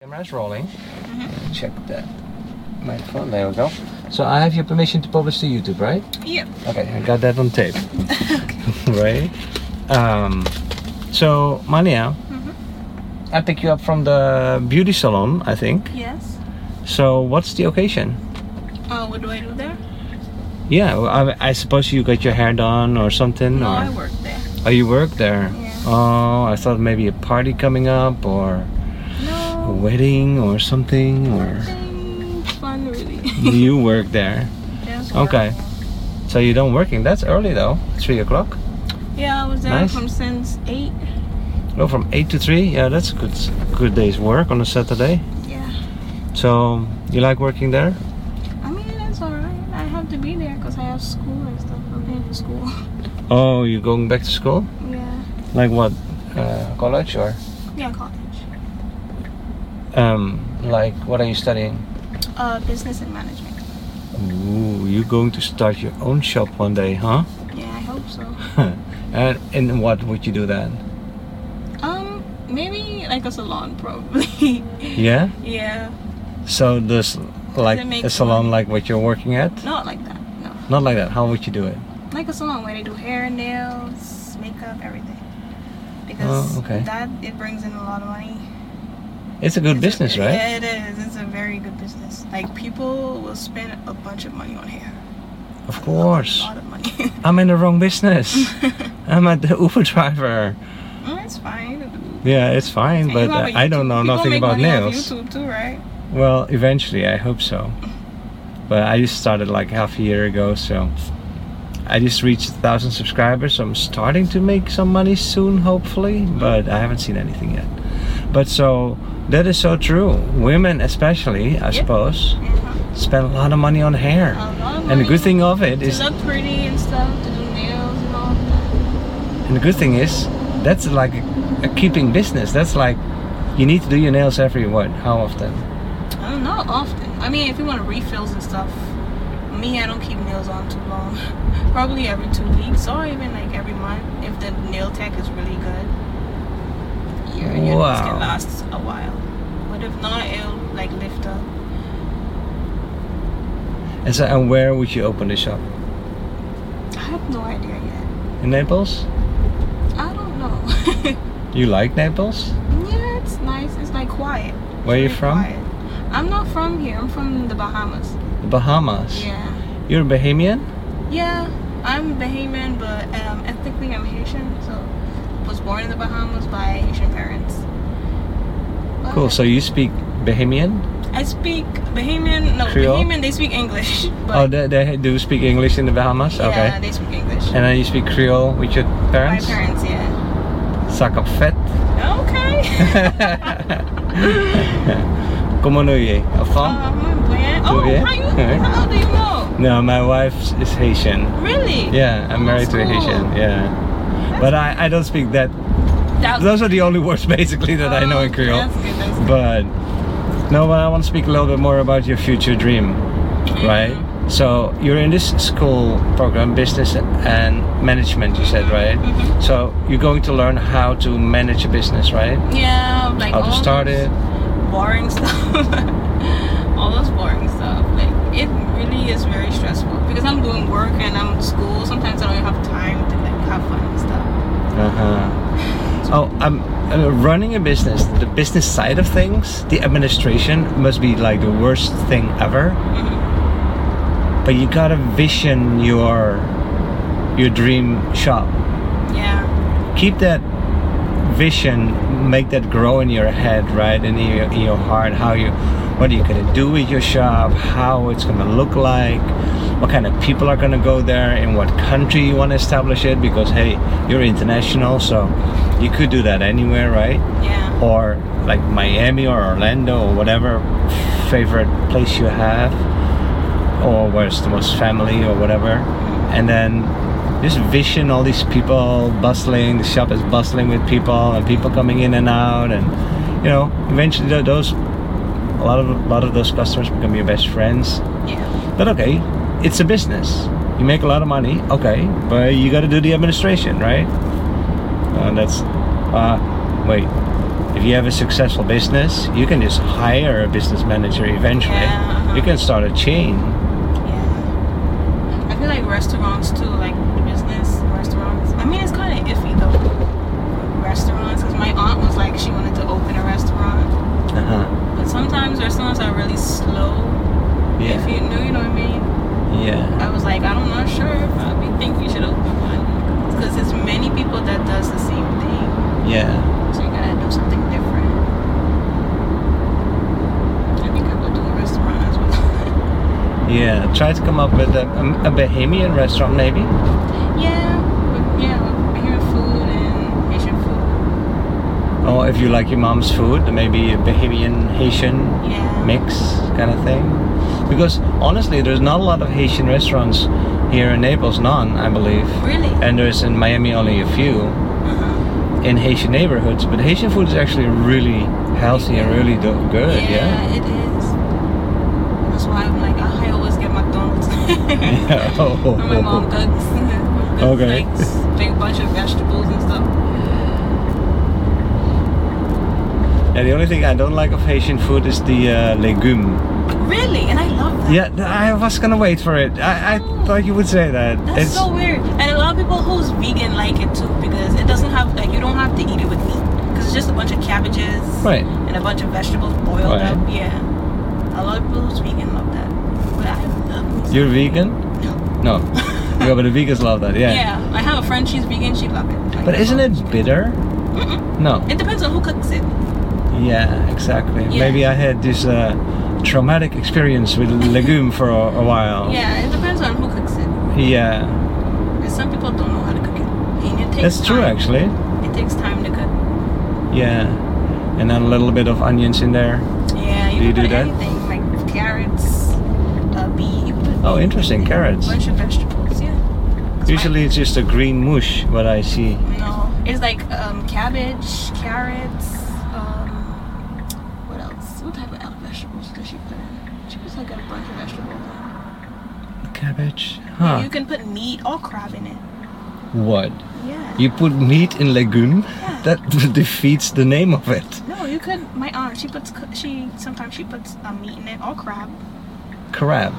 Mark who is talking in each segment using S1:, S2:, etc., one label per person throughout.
S1: Camera's rolling.
S2: Mm-hmm.
S1: Check that. Microphone, there we go. So I have your permission to publish to YouTube, right?
S2: Yep.
S1: Okay, I got that on tape. right? Um, so, Mania,
S2: Mm-hmm.
S1: I pick you up from the beauty salon, I think.
S2: Yes.
S1: So, what's the occasion?
S2: Uh, what do I do there?
S1: Yeah, well, I, I suppose you got your hair done or something.
S2: No,
S1: or...
S2: I work there.
S1: Oh, you work there?
S2: Yeah.
S1: Oh, I thought maybe a party coming up or a
S2: No.
S1: wedding or something or.
S2: Nothing fun really.
S1: you work there.
S2: Yes,
S1: Mm. Okay. So you don't working. That's early though. Three o'clock.
S2: well, Yeah, I was there
S1: Nice.
S2: from since eight.
S1: No, from eight to three. Yeah, that's a good good day's work on a Saturday.
S2: Yeah.
S1: So you like working there?
S2: I mean, it's alright. I have to be there because I have school and stuff. I'm heading to school.
S1: Oh, you going back to school?
S2: yeah.
S1: Like what? Uh, college or?
S2: Yeah, college.
S1: Um, like what are you studying?
S2: Uh, business and management.
S1: Ooh, you going to start your own shop one day, huh?
S2: Yeah, I hope so.
S1: and in what would you do then?
S2: Um, maybe like a salon probably.
S1: Yeah.
S2: yeah.
S1: So this like
S2: make
S1: a salon
S2: money?
S1: like what you're working at?
S2: Not like that. No.
S1: Not like that. How would you do it?
S2: like a salon where they do hair, nails, makeup, everything. Because
S1: Oh, okay.
S2: that it brings in a lot of money.
S1: It's a good
S2: It's a-
S1: business, right?
S2: Yeah, it is. It's a very good business. Like people will spend a bunch of money on hair.
S1: Of course.
S2: A lot of money.
S1: I'm in the wrong business.
S2: Mm,
S1: I'm a the Uber driver.
S2: it's fine.
S1: Yeah, it's fine,
S2: And
S1: but
S2: you have a
S1: I don't
S2: YouTube-
S1: know
S2: people
S1: nothing
S2: make
S1: about
S2: money off
S1: nails.
S2: YouTube too, right?
S1: Well, eventually, I hope so. But I just started like half a year ago, so I just reached a thousand subscribers. So I'm starting to make some money soon, hopefully, but I haven't seen anything yet. But so that is so true. Women, especially, I
S2: Yeah. Uh-huh.
S1: suppose,
S2: Yeah.
S1: spend a lot of money on hair.
S2: A lot of
S1: And the
S2: money
S1: good thing of it
S2: to
S1: is
S2: look pretty and stuff, to do nails and all. That.
S1: And the good thing is, that's like a, a keeping business. That's like, you need to do your nails every what? How often?
S2: I don't know, often. I mean, if you want refills and stuff, me, I don't keep nails on too long. Probably every two weeks or even like every month if the nail tech is really good. Your, your nails
S1: Wow.
S2: can last a while. But if not, it'll like lift up.
S1: And so, and where would you open the shop?
S2: I have no idea yet.
S1: In Naples?
S2: I don't know.
S1: You like Naples?
S2: yeah, it's nice. It's like quiet. It's
S1: Where you
S2: very
S1: from?
S2: quiet. I'm not from here. I'm from the Bahamas.
S1: The Bahamas.
S2: Yeah.
S1: You're a Bahamian?
S2: Yeah, I'm Bahamian, but um, ethnically I'm Haitian. So was born in the Bahamas by Haitian parents. But
S1: Cool. So you speak Bahamian?
S2: I speak Bahamian. No,
S1: Creole?
S2: Bahamian. They speak English. But
S1: oh, they, they do speak English in the Bahamas?
S2: yeah,
S1: Okay.
S2: they speak English.
S1: And then you speak Creole with your
S2: My
S1: parents?
S2: parents, yeah.
S1: Zak op vet.
S2: Okay.
S1: Kom maar nu je. Afan?
S2: Um, I'm Blaine. Oh,
S1: yeah?
S2: how you?
S1: Alright.
S2: How do you know?
S1: No, my wife is Haitian.
S2: Really?
S1: Yeah, I'm
S2: Oh,
S1: married to a
S2: that's cool.
S1: Haitian. Yeah, but I, I don't speak that.
S2: That's-
S1: Those are the only words basically that I know in
S2: Oh,
S1: Creole.
S2: That's good. That's good.
S1: But no, but I want to speak a little bit more about your future dream, right? So you're in this school program, business and management. You said right.
S2: Mhm.
S1: So you're going to learn how to manage a business, right?
S2: Yeah, like
S1: How to
S2: all
S1: start
S2: those
S1: it.
S2: Boring stuff. all those boring stuff. Like it really is very stressful because I'm doing work and I'm in school. Sometimes I don't even have time to like have fun and stuff.
S1: Uh-huh. Oh, I'm uh, running a business. The business side of things, the administration must be like the worst thing ever.
S2: Mhm.
S1: but you gotta vision your your dream shop
S2: Yeah,
S1: keep that vision make that grow in your head right and in your, in your heart how you what are you gonna do with your shop how it's gonna look like what kind of people are gonna go there in what country you want to establish it because hey you're international so you could do that anywhere right
S2: yeah.
S1: or like Miami or Orlando or whatever favorite place you have, or where's the most family or whatever, and then just vision all these people bustling. The shop is bustling with people and people coming in and out, and you know, eventually tho- those a lot of a lot of those customers become your best friends.
S2: Yeah,
S1: But okay, it's a business. You make a lot of money, okay, but you got to do the administration, right? Uh, that's, uh, wait. If if you have a successful business, you can just hire a business manager eventually.
S2: Yeah. uh-huh.
S1: You can start a chain.
S2: Yeah. I feel like restaurants too, like business restaurants. I mean, it's kind of iffy though. Restaurants, because my aunt was like, she wanted to open a restaurant,
S1: Uh-huh.
S2: but sometimes restaurants are really slow. If
S1: Yeah.
S2: you know, you know what I mean.
S1: Yeah.
S2: I was like, I'm not sure if I we think you should open one, because there's many people that does the same thing,
S1: Yeah.
S2: so you gotta do something different. I think I would do a restaurant as well.
S1: Yeah. Try to come up with a, um, a, a Bahamian restaurant maybe.
S2: yeah, but yeah, here food and Asian food.
S1: Or if you like your mom's food, then maybe a Bahamian Haitian
S2: Yeah.
S1: mix kind of thing. Because honestly, there's not a lot of Haitian restaurants here in Naples, none, I believe.
S2: Really?
S1: And there's in Miami only a few
S2: Uh-huh.
S1: in Haitian neighborhoods. But Haitian food is actually really healthy and really do- good, yeah.
S2: it is. That's why I'm like, I always get McDonald's.
S1: Yeah, oh, oh,
S2: Or my mom cooks. Cooks,
S1: Okay.
S2: Like, big bunch of vegetables and stuff.
S1: And the only thing I don't like of Haitian food is the uh, legume.
S2: Really? And I love that.
S1: Yeah, th- I was gonna wait for it. I, I
S2: No.
S1: thought you would say that.
S2: That's
S1: it's
S2: so weird. And a lot of people who's vegan like it too because it doesn't have, like, you don't have to eat it with meat. Because it's just a bunch of cabbages
S1: right.
S2: and a bunch of vegetables boiled
S1: Right.
S2: up. Yeah. A lot of people who's vegan love that. But I love meat.
S1: You're vegan? No. yeah, but the vegans love that. Yeah.
S2: Yeah, I have a friend. She's vegan. She loves it. Like,
S1: But isn't
S2: oh,
S1: it bitter?
S2: Mm-mm.
S1: No.
S2: It depends on who cooks it.
S1: Yeah, exactly.
S2: Yeah.
S1: Maybe I had this uh, traumatic experience with legume for a, a while.
S2: Yeah, it depends on who cooks it.
S1: Yeah,
S2: 'Cause some people don't know how to cook it. And it takes
S1: that's true
S2: time.
S1: actually.
S2: It takes time to cook.
S1: Yeah, and then a little bit of onions in there.
S2: Yeah, you
S1: Do you
S2: can
S1: do
S2: put
S1: that?
S2: anything like carrots, uh, beef. you put
S1: Oh,
S2: beef,
S1: interesting,
S2: A
S1: carrots.
S2: bunch of vegetables. Yeah. 'Cause my-
S1: Usually it's just a green mush what I see.
S2: No, it's like um, cabbage, carrots. Um, what else? What type of other vegetables does she put in? She puts like a bunch of vegetables. in.
S1: Cabbage.
S2: You
S1: Huh.
S2: can put meat or crab in it.
S1: What?
S2: Yeah.
S1: You put meat in legume?
S2: Yeah.
S1: That defeats the name of it.
S2: No, you could. My aunt, she puts. c- She sometimes she puts uh, meat in it or crab,
S1: Crab.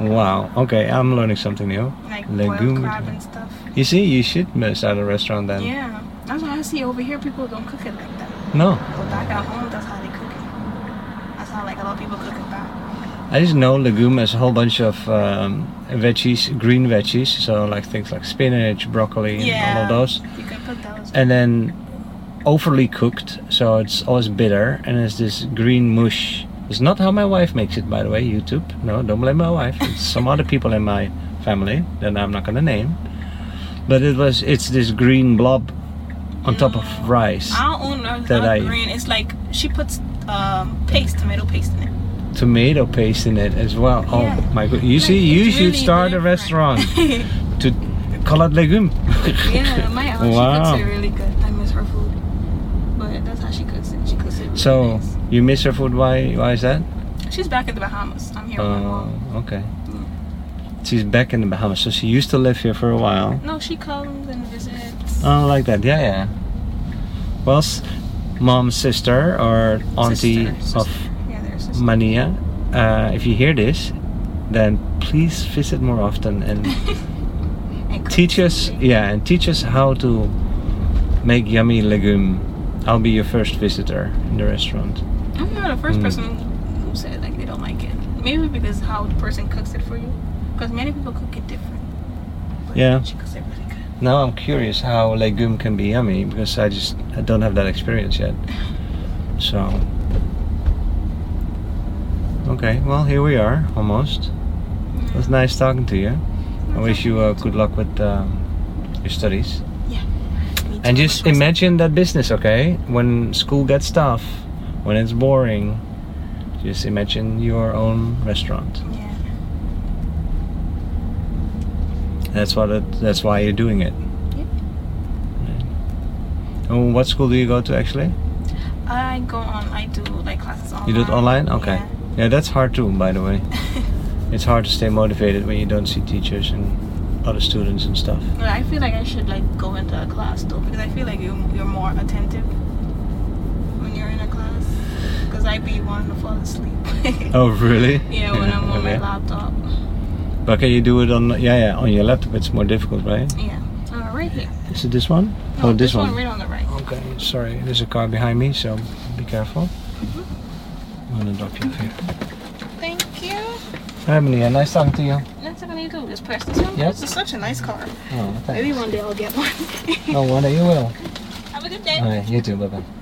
S1: Wow. Okay, I'm learning something new.
S2: like boiled
S1: Mm-hmm. Legume.
S2: crab and stuff.
S1: You see, you should miss out a restaurant then.
S2: Yeah, that's what I see over here. People don't cook it like that.
S1: No.
S2: But back at home, that's how they cook it. That's how like a lot of people cook it back.
S1: I just know legume has a whole bunch of um, veggies, green veggies, so like things like spinach, broccoli, and all of those.
S2: You can put those.
S1: And then overly cooked, so it's always bitter, and it's this green mush. It's not how my wife makes it, by the way. YouTube, no, don't blame my wife. It's some other people in my family that I'm not gonna name. But it was, it's this green blob on top of
S2: No.
S1: rice,
S2: Mm. I don't know. It's
S1: that
S2: not
S1: I-
S2: green. It's like she puts um, paste, tomato paste in it.
S1: tomato paste in it as well. Oh
S2: Yeah.
S1: my god! You
S2: Like,
S1: see, you
S2: it's
S1: should
S2: really
S1: start a
S2: different.
S1: restaurant. to colored legume.
S2: yeah, my aunt
S1: Wow.
S2: she cooks it really good. I miss her food, but that's how she cooks it. She cooks it. Really
S1: So
S2: nice.
S1: you miss her food? Why? Why is that?
S2: she's back in the Bahamas. I'm here
S1: Oh,
S2: with my mom.
S1: okay.
S2: Mm.
S1: She's back in the Bahamas, so she used to live here for a while.
S2: No, she comes and visits.
S1: Oh, like that? Yeah, yeah. Well, s- mom's sister or auntie
S2: Sister,
S1: of
S2: sister. Yeah, they're sisters.
S1: Mania. Uh, if you hear this, then please visit more often and
S2: And cook
S1: teach us.
S2: something.
S1: Yeah, and teach us how to make yummy legume. I'll be your first visitor in the restaurant.
S2: I'm not the first
S1: Mm.
S2: person who said like they don't like it. Maybe because how the person cooks it for you. Because many people cook it different. But
S1: Yeah.
S2: She cooks it really good.
S1: Now I'm curious how legume can be yummy because I just I don't have that experience yet. So okay, well here we are almost. It was nice talking to you. I wish you
S2: Mm.
S1: uh, good luck with um, your studies.
S2: Me too,
S1: And just
S2: I'm
S1: imagine that business, okay? When school gets tough, when it's boring, just imagine your own restaurant.
S2: sorry. Yeah.
S1: That's what it, that's why you're doing it.
S2: Yep.
S1: And what school do you go to actually?
S2: I go on. I do like classes online.
S1: You do it online? Okay. Yeah, that's hard too, by the way.
S2: Yeah.
S1: It's hard to stay motivated when you don't see teachers and other students and stuff.
S2: but I feel like I should like go into a class though because I feel like you you're more attentive when because I be wanting to fall asleep.
S1: Oh, really?
S2: yeah, when I'm on
S1: okay.
S2: my laptop.
S1: But can you do it on yeah yeah on your laptop? It's more difficult, right?
S2: Yeah. Uh, right here.
S1: Is it this one?
S2: No,
S1: oh, this,
S2: one. right on the right.
S1: Okay, sorry. There's a car behind me, so be careful.
S2: Mm-hmm.
S1: I'm gonna drop you off here.
S2: Thank you.
S1: Hi, Mia. Nice talking to you.
S2: That's what I do. Just press this one.
S1: Yep.
S2: This is such a nice car.
S1: Oh,
S2: Maybe one day I'll get one.
S1: No wonder you will.
S2: Have a good day.
S1: All right, you too. Bye bye.